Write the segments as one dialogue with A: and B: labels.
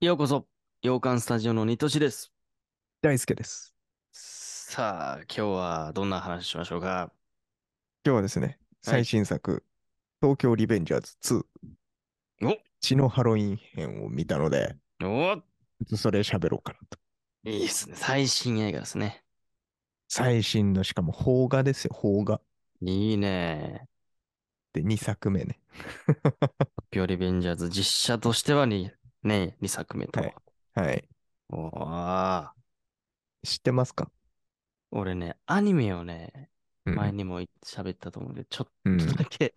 A: ようこそ、洋館スタジオのニトシです。
B: 大輔です。
A: さあ、今日はどんな話しましょうか
B: 今日はですね、
A: はい
B: 最新作、東京リベンジャーズ2
A: お、
B: 血のハロウィン編を見たので、
A: お
B: それ喋ろうかなと。
A: いいですね。最新映画ですね。
B: 最新の、しかも邦画ですよ、邦画。
A: いいね。
B: で、2作目ね。
A: ピオリベンジャーズ実写としてはにね、2作目と。
B: はいはい。
A: おー
B: 知ってますか、
A: 俺ね、アニメをね、
B: うん
A: 前にも喋ったと思うんで、ちょっ
B: うん
A: とだ け、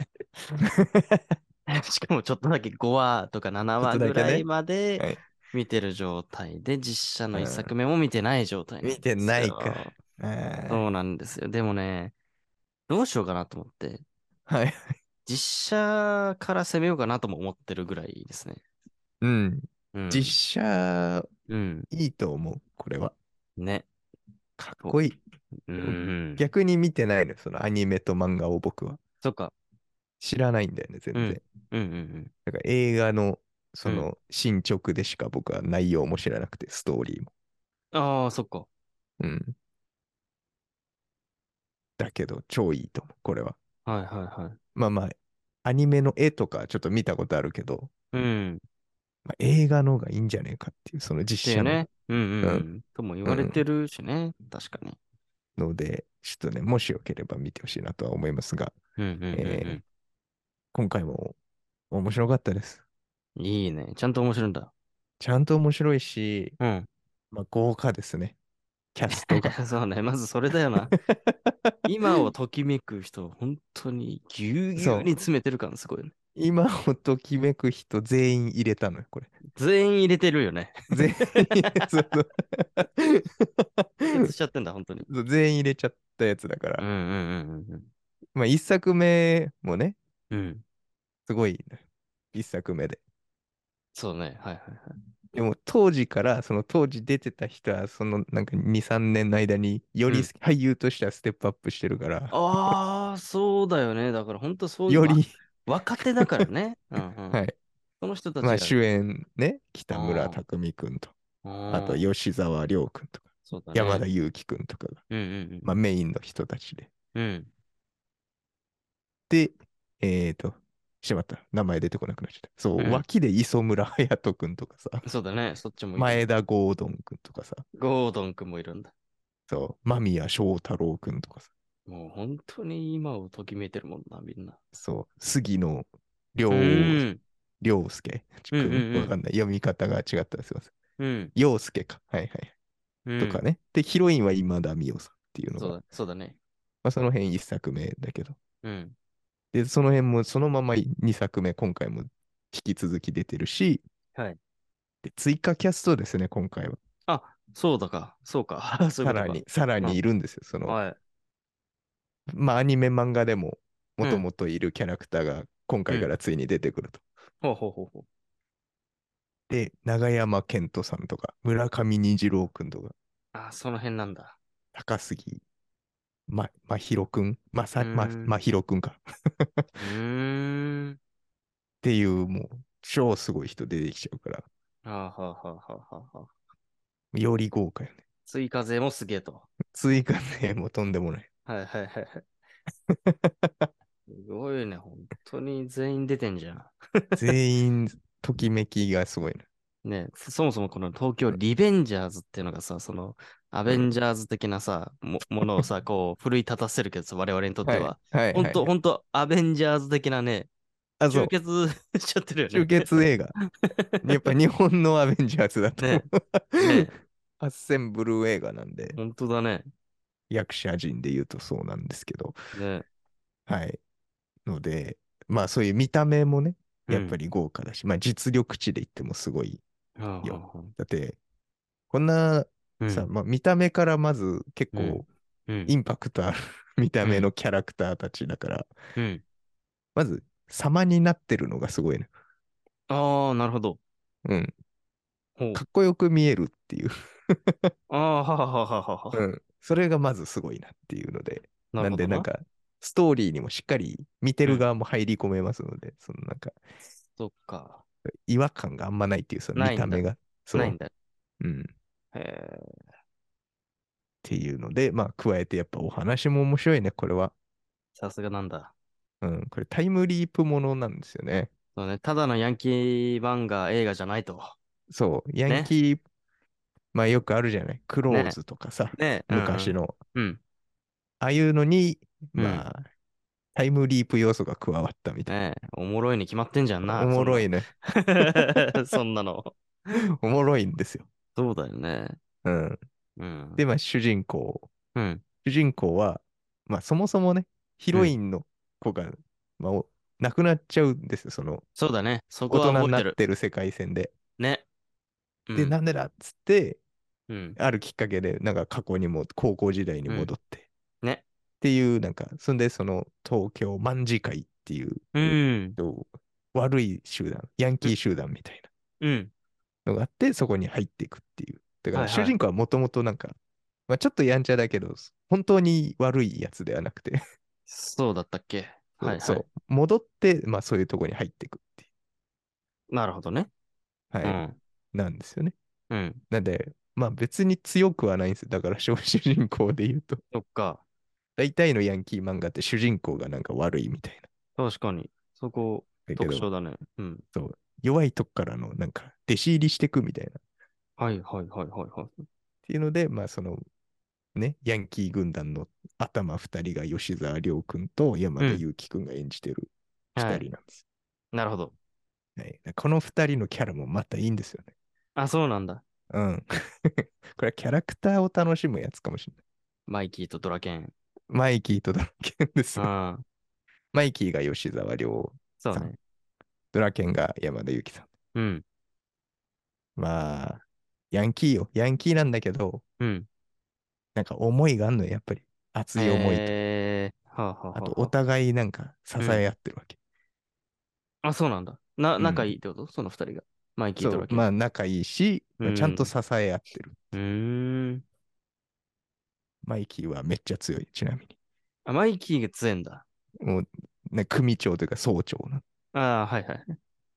A: しかもちょっとだけ5話とか7話
B: ちょ
A: ぐ
B: っとだけね
A: らいま
B: は
A: で
B: い
A: 見てる状態で、実写の
B: うん
A: 1作目も見てない状態んですよ
B: 見てないか。えー
A: そうなんですよ。でもね、どうしようかなと思って、
B: はい。
A: 実写から攻めようかなとも思ってるぐらいですね。
B: うん。
A: うん、
B: 実写、
A: うん。
B: いいと思う、これは。
A: ね。
B: かっこいい。
A: うんん。
B: 逆に見てないの、そのアニメと漫画を僕は。
A: そっか。
B: 知らないんだよね、全然。
A: んうんうんうん。
B: だから映画のそ
A: うん
B: の進捗でしか僕は内容も知らなくて、ストーリーも。
A: ああ、そっか。
B: うん。だけど、超いいと思う、これは。
A: はいはいはい。
B: まあまあ、アニメの絵とかちょっと見たことあるけど、
A: うん。っ
B: まあ、映画の方がいいんじゃねえかっていう、その
A: て
B: 実
A: いう
B: 写の
A: ね。うんうん、う。
B: うん
A: とも言われてるしね。確かに。
B: ので、ちょっとね、もしよければ見てほしいなとは思いますが、
A: うんうんうん、うん
B: え今回も面白かったです。
A: いいね。ちゃんと面白いんだ。
B: ちゃんと面白いし、
A: うん。
B: まあ、豪華ですね。キャ ストが。
A: そうね。まずそれだよ な。今をときめく人、本当にぎゅうぎゅうに詰めてる感すごいね。
B: 今をときめく人全員入れたのよ、これ。
A: 全員入れてるよね。
B: 全員 入れそうそう
A: 映しちゃってんだ、本当に。
B: そう全員入れちゃったやつだから。
A: うんうんうん
B: まあ一作目もね、
A: うん。うん。
B: すごいのよ一作目で。
A: そうね。はいはいはい。
B: でも当時からその当時出てた人はそのなんか2、3年の間によ
A: うん
B: り俳優としてはステップアップしてるから、
A: ああ、そうだよね。だから本当そういう。
B: より、
A: まあ若手だから ね。うんうん。
B: はい。
A: その人たちが。
B: まあ主演ね、北
A: あ
B: 村
A: ー
B: 匠海くんと、
A: うん
B: あと吉沢亮くんとか、
A: そうだね
B: 山田裕貴くんとかが、
A: うんうん
B: まあメインの人たちで。
A: うん。うん。
B: で、えっ、ー、と、しまった。名前出てこなくなっちゃった。そう、
A: うん
B: 脇で磯村隼人くんとかさ、
A: そうだね。そっちもいる。
B: 前田郷敦くんとかさ、
A: ゴードン君もいるんだ。
B: そう、間宮祥太郎くんとかさ、
A: もう本当に今をときめいてるもんな、みんな。
B: そう、杉野亮
A: うん。
B: 亮介
A: う
B: く
A: んうんうん
B: ん、わかんない。読み方が違ったらすいません。
A: うん。
B: 陽介か。はいはい。
A: うん
B: とかね。で、ヒロインは今田美桜さんっていうの
A: そ
B: が、
A: う
B: ま
A: だそうだね。
B: あ、その辺一作目だけど。
A: うん。
B: で、その辺もそのまま2作目、今回も引き続き出てるし、
A: はい。
B: で、追加キャストですね、今回は。
A: そうだか。そうか。 そうい
B: さ
A: うこと
B: ら
A: か
B: に、さらにいるんですよ。その、
A: はい。
B: まあ、アニメ、漫画でも、
A: うん
B: もともといるキャラクターが、今回からついに出てくると。
A: ほうほうほうほう。
B: で、永山絢斗さんとか、村上虹郎くんとか、
A: あ、その辺なんだ。
B: 高杉、ま、まひろくん、まさ、ま、
A: うーん
B: まひろくんか。っ
A: うーん。
B: ていう、もう、超すごい人出てきちゃうから、
A: はあはあはあはあはあはあ。
B: より豪華よね。
A: 追加税もすげえと。
B: 追加ね、もうとんで もない。
A: はいはいはいはい。すごいね、本当に全員出てんじゃん。
B: 全員、ときめきがすごいね。
A: ねそそもそもこの東京リベンジャーズっていうのがさ、そのアベンジャーズ的なさ、も ものをさ、こう、奮い立たせるけどさ、我々にとっては。
B: はい。はい。
A: 本当
B: はい
A: 本当アベンジャーズ的なね、
B: あ、そ
A: 集
B: う。
A: 結しちゃってるよね。
B: 集結映画。やっぱ日本のアベンジャーズだと思う。
A: ね
B: 8000ブルー映画なんで、
A: 本当だね。
B: 役者陣で言うとそうなんですけど、
A: ね
B: はい。ので、まあそういう見た目もね、やっぱ
A: り。
B: り豪華だし、まあ実力値で言ってもすごい。
A: うんはあはあは
B: だって、こんな
A: あ
B: さ、まあ見た目からまず結
A: うん
B: 構
A: うん
B: インパクトある 見た目のキャラクターたちだから、
A: うん。
B: まず様になってるのがすごいね。
A: ああ、なるほど。
B: うん。
A: ほう
B: かっこよく見えるっていう。
A: ああ、はあはあはあはあ。
B: うん。それがまずすごいなっていうので、
A: る
B: な
A: ほ
B: ん
A: ど
B: で、なん、か、ストーリーにもしっかり見てる側も入り込めますので、そのなんか、
A: そっか。
B: 違和感があんまないっていう、その
A: ないん
B: 見
A: だ
B: た目が。そう
A: ないんだ。
B: うん。っ
A: へ
B: ていうので、まあ、加えてやっぱお話も面白いね、これは。
A: ーさすがなんだ。
B: うん、これタイムリープものなんですよね。
A: そうね、ただのヤンキー漫画映画じゃないと。
B: そう、ヤンキー、まあよくあるじゃない、クローズとかさ、
A: ね、
B: 昔
A: の。
B: の、
A: うん。
B: ああいうのに、
A: うん
B: まあ、タイムリープ要素が加わったみたい
A: ねおもろいに決まってんじゃん
B: な。
A: な。
B: おもろ
A: い。
B: いね。
A: そんなの。
B: おもろいんですよ。
A: そうだよね。
B: うん。
A: うん。
B: で、まあ主人公、
A: うん。
B: 主人公は、まあそもそもね、ヒロインの子が、まあお亡くなっちゃうんですよ、その
A: そうだね。そこ
B: 大
A: は
B: 人
A: 覚
B: に
A: えて
B: なっ
A: る。
B: てる世界線で。
A: ね。
B: で、
A: うん
B: なんでだっつって、
A: うん。
B: あるきっかけで、なんか過去にも、高校時代に戻って。
A: うんね
B: っていう、なんか、そんで、その、東京卍会っていう、
A: うん。
B: と悪い集団、ヤンキー集団みたい
A: うん。
B: なのがあって、そこに入っていくっていう。だから、
A: はいは
B: 主
A: い
B: 人公はもともとなんか、まあ、ちょっとやんちゃだけど、本当に悪いやつではなくて、
A: そうだったっけ。はい、
B: そ
A: は
B: う
A: い。、
B: 戻って、まあ、そういうとこに入っていくってい
A: なるほどね。
B: う。はい。
A: うん。
B: なんですよね。
A: うん。
B: なんで、まあ、別に強くはないんですよ。だから、 主人公で言うと。
A: そっか。
B: 大体のヤンキー漫画って主人公がなんか悪いみたいな。
A: 確かに。そこ、
B: だけ
A: 特
B: ど
A: 徴だね。うん。
B: 弱いとこからのなんか弟子入りしてくみたいな。っ
A: はいはいはいはいはい。
B: ていうので、まあそのね、ヤンキー軍団の頭二人が吉沢亮君と山田
A: うん
B: 裕貴君が演じてる二人
A: は
B: なん
A: い
B: です。
A: なるほど。
B: はいこの二人のキャラもまたいいんですよね。
A: あ、そうなんだ。
B: うん。 これはキャラクターを楽しむやつかもしれない。
A: マイキーとドラケン。
B: マイキーとドラケンです
A: う
B: よ。
A: ん。
B: マイキーが吉沢亮、
A: そうね。
B: ドラケンが山田裕貴さん。
A: うん。
B: まあ、ヤンキーよ。ヤンキーなんだけど、
A: うん。
B: なんか思いがあるのよ、やっぱり。熱い思いと。
A: えー、はあはあはあ
B: あ
A: は
B: と、
A: あ
B: お互いなんか支え合ってるわけ。
A: あ、そうなんだ。な、
B: ん
A: 仲いいってこと、その二人が。マイキー
B: そ
A: と
B: う
A: ラ、ケン。
B: まあ仲いいし、まあ
A: うん
B: ちゃんと支え合ってる。
A: うーん。
B: マイキーはめっちゃ強い、ちなみ
A: あ、マイキーが強いんだ。
B: に。もう、ね、組長というか総長な。
A: ああ、はいはい。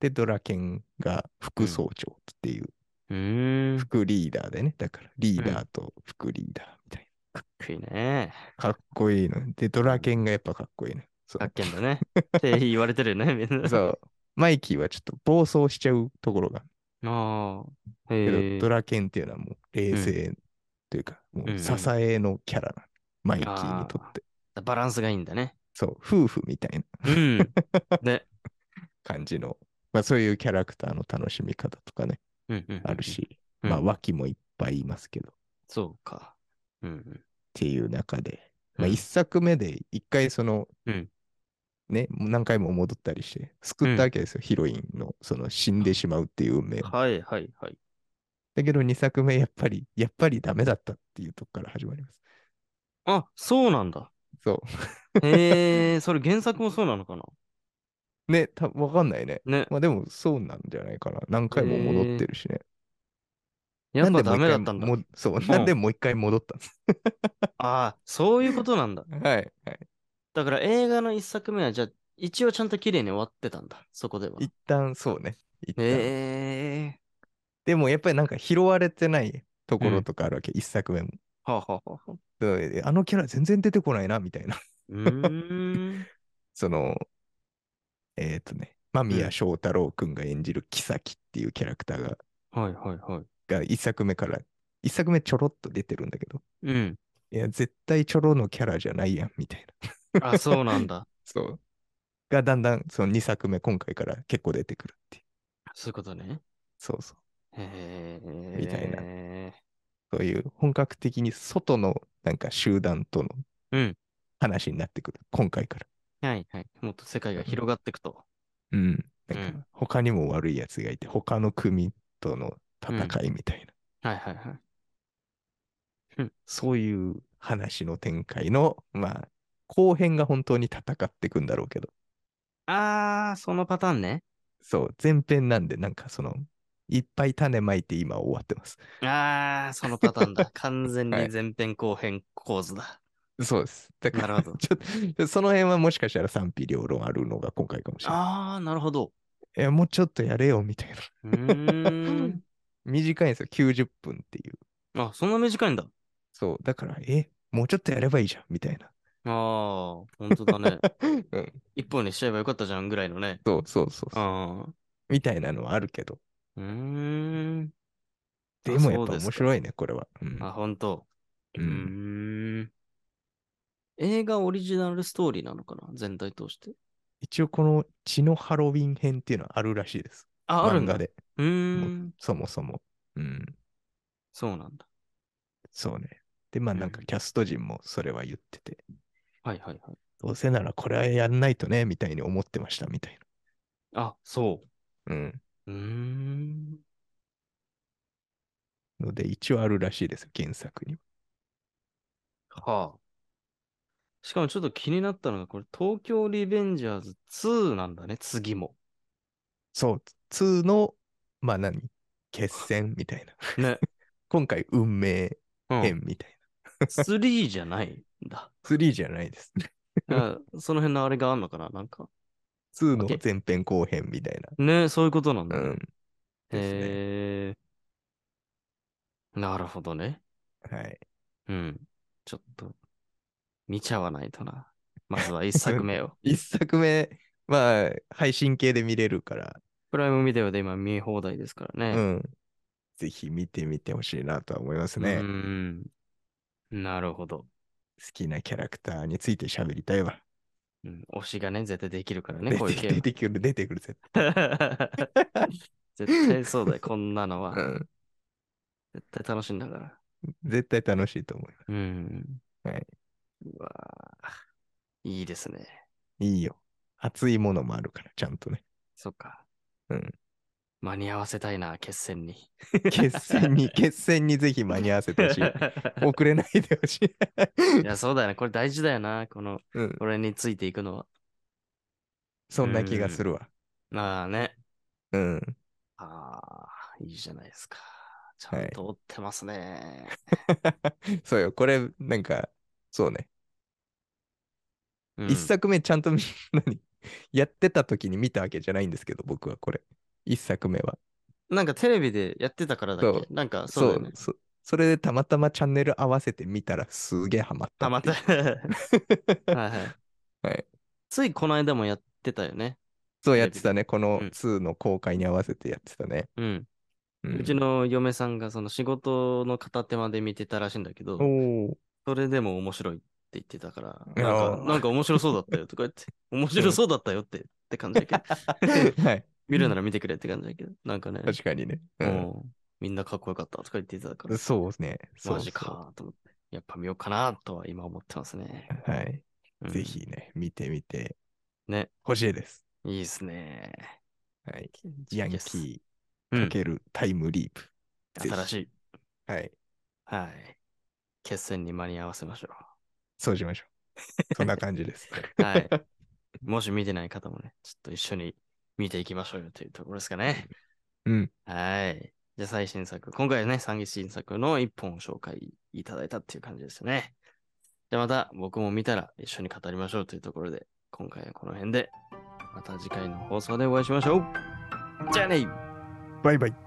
B: で、ドラケンが副総長っていう、
A: うーん。か
B: 副リーダーでね、だからリーダーと副リーダーみたい
A: っこいいね。
B: な。かっこいいの。で、ドラケンがやっぱかっこいいね。そ
A: かっ
B: う。
A: けんだ ね。って言われてるよね、みんな。
B: そ。うマイキーはちょっと暴走しちゃうところがある
A: ああ。
B: けど、
A: へえ
B: ド。ラケンっていうのはもう冷静というか、もう支えのキャラなの。マイキーにとって。
A: バランスがいいんだね。
B: そう、夫婦みたいな
A: うん。ね。
B: 感じの、まあそういうキャラクターの楽しみ方とかね、
A: うんうんうんうん
B: ある。し、
A: うん
B: まあ脇もいっぱいいますけど、っ
A: そうか。うん
B: ていう中で、まあ
A: うん
B: 一作目で一回その、
A: うん
B: ね、もう何回も戻ったりして、救ったわけですよ、ヒロインの、その死んでしまうっていう運命
A: う
B: を
A: ん。。はいはいはい。
B: だけど二作目、やっぱり、やっぱりダメだったっていうとこから始まります。
A: あ、そうなんだ。
B: そ
A: へ え、それ原作もそうなのかな
B: う。ね、たわかんないね。
A: ね。
B: まあでもそうなんじゃないかな。何回も戻ってるしね。
A: やっぱ
B: なんでも
A: ダ
B: う
A: メ
B: 一回
A: だったんだ。
B: もそう、なんでもう一回戻ったんです。
A: ああ、そういうことなんだ。
B: はい、はい。
A: だから映画の一作目は、じゃあ、一応ちゃんと綺麗に終わってたんだ。そこでは。
B: 一旦そうね。一旦
A: へえ。
B: でもやっぱりなんか拾われてないところとかあるわけ、一作目も。
A: はあはあはあ。
B: だからえあのキャラ全然出てこないなみたいな。
A: うーん。
B: その、えっ、とね、間宮祥太郎くんが演じるキサキっていうキャラクターが、
A: はいはいはい。
B: が一作目から、一作目ちょろっと出てるんだけど、
A: うん。
B: いや、絶対ちょろのキャラじゃないやんみたいな。
A: あ、そうなん だ。
B: そう。がだんだんその二作目、今回から結構出てくるっていう。
A: そういうことね。
B: そうそう。
A: へえ。
B: みたいな
A: な。
B: そういう本格的に外のなんか集団との
A: うん
B: 話になってくる、今回から。
A: はいはい。もっと世界が広がっていくと。
B: うん。なん
A: う
B: か
A: ん
B: 他にも悪いやつがいて、他の組との戦いみたいな、
A: はいはいはい。
B: そういう話の展開の、まあ、後編が本当に戦っていくんだろうけど、
A: あー、そのパターンね。
B: そう、前編なんで、なんかその、いっぱい種まいて今終わってます。
A: あー、そのパターン だ。完全に
B: はい
A: 前編後編構図だ。
B: そうです。だから、
A: なるほど
B: ちょっと、その辺はもしかしたら賛否両論あるのが今回かもしれない。
A: あー、なるほど。
B: いや、もうちょっとやれよ、みたいな。
A: うーん。
B: 短いんですよ、90分っていう。
A: あ、そんな短いんだ。
B: そう、だから、え、もうちょっとやればいいじゃん、みたいな。
A: ああ、ほんとだ ね。
B: うん、
A: 一本にしちゃえばよかったじゃんぐらいのね。
B: そうそうそうそう
A: ああ。
B: みたいなのはあるけど。
A: うーん。あ
B: でもやっぱ
A: そうです
B: 面
A: か
B: 白いね、これは。うん
A: あ、ほんと。う
B: う
A: ー
B: ん
A: ん。映画オリジナルストーリーなのかな全体通して。
B: 一応この血のハロウィン編っていうのはあるらしいです。
A: あ、ある
B: 漫
A: んだ。
B: 画
A: う
B: で、
A: ーん。
B: そもそも。うん、
A: そうなんだ。
B: そうね。で、まあなん
A: う
B: か
A: ん
B: キャスト陣もそれは言ってて、
A: はいはいはい。
B: どうせならこれはやんないとね、みたいに思ってました、みたい
A: あ、そ
B: な。うん。
A: う。うーん。
B: ので、一応あるらしいです、原作には。
A: はあ。しかもちょっと気になったのが、これ、東京リベンジャーズ2なんだね、次も。
B: そう、2の、まあ何決戦みたいな。
A: ね。
B: 今回、運命
A: うん、
B: 編みたい
A: 3じゃない んだ。
B: な。3じゃないですね。
A: だからその辺のあれがあんのかななんか。
B: 2の
A: OK
B: 前編後編みたい
A: ね、そういうことなんだ
B: な。
A: ね。
B: うん。ですね
A: へえ。なるほどね。
B: はい。
A: うん。ちょっと、見ちゃわないとな。まずは一作目 を。
B: 一作目、まあ、配信系で見れるから、
A: プライムビデオで今見放題ですから
B: う
A: ね。
B: ん。ぜひ見てみてほしいなとは思います
A: う
B: ね。
A: ー
B: 好
A: ん。なるほど。
B: きなキャラクターについて喋りたいわ。
A: うん、推しがね、絶対できるからね、
B: 出
A: こういう系
B: て出てくる、出てくる、絶
A: は。 絶対そうだよ、こんなの
B: 対。
A: は。絶対楽しいんだから。
B: 絶対楽しいと思う。
A: うん。
B: はい。
A: うわあいいですね。
B: いいよ。熱いものもあるから、ちゃんとね。
A: そっか。
B: うん。
A: 間に合わせたいな、決戦に。
B: 決戦 に、決戦にぜひ間に合わせてほしい。
A: い
B: 遅れないでほしい。
A: や、そうだよね。これ大事だよな。この、
B: うん、
A: これについていくのは。
B: そんな気がするわ。
A: まあね。
B: うん。
A: ああ、いいじゃないですか。ちゃんと追ってますね。
B: そうよ、これ、なんか、そうね。
A: うん
B: 一、作目ちゃんとみ、 何やってた時に見たわけじゃないんですけど、僕はこれ。一作目は。
A: なんかテレビでやってたからだっけ
B: そ
A: なんかそうだよね。
B: そそれでたまたまチャンネル合わせて見たらすげえハマった
A: あ、ま
B: ってい
A: た。
B: う。
A: はいはい。
B: はい
A: ついこの間もやってたよね。
B: そうやってたね。この
A: うん
B: 2の公開に合わせてやってたね。
A: うん。
B: う
A: うち
B: の。
A: の嫁さんがその仕事の片手間で見てたらしいんだけど、
B: お ー
A: それでも面白いって言ってたから、
B: いや
A: なんか
B: ー
A: なんか面白そうだったよとか 言って、面白そうだったよってって感じだけど、
B: はい。
A: 見るなら見てくれって感じだけど、なんかね、
B: 確かにね。う
A: うん
B: ん
A: みんなかっこよかったとか言ってたから、
B: そうですね。そう
A: マジ。かと思って、やっぱ見ようかなとは今思ってますね。
B: そうはい。
A: うん
B: ぜ。ひね、見てみて
A: ね、
B: ほしいです。
A: いいですね。
B: はい。ヤンキ
A: ー
B: ーかけるタイムリープ。ぜひ
A: 新しい。
B: はい。
A: はい。決戦に間に合わせましょ
B: そうしましょう。そんな感じです。
A: う。はい。もし見てない方もね、ちょっと一緒に見ていきましょうよというところですかね。
B: うん。
A: はい。じゃあ最新作、今回はね、三期新作の一本を紹介いただいたっていう感じですね。じゃあまた僕も見たら一緒に語りましょうというところで、今回はこの辺で、また次回の放送でお会いしましょう。じゃあね
B: バイバイ。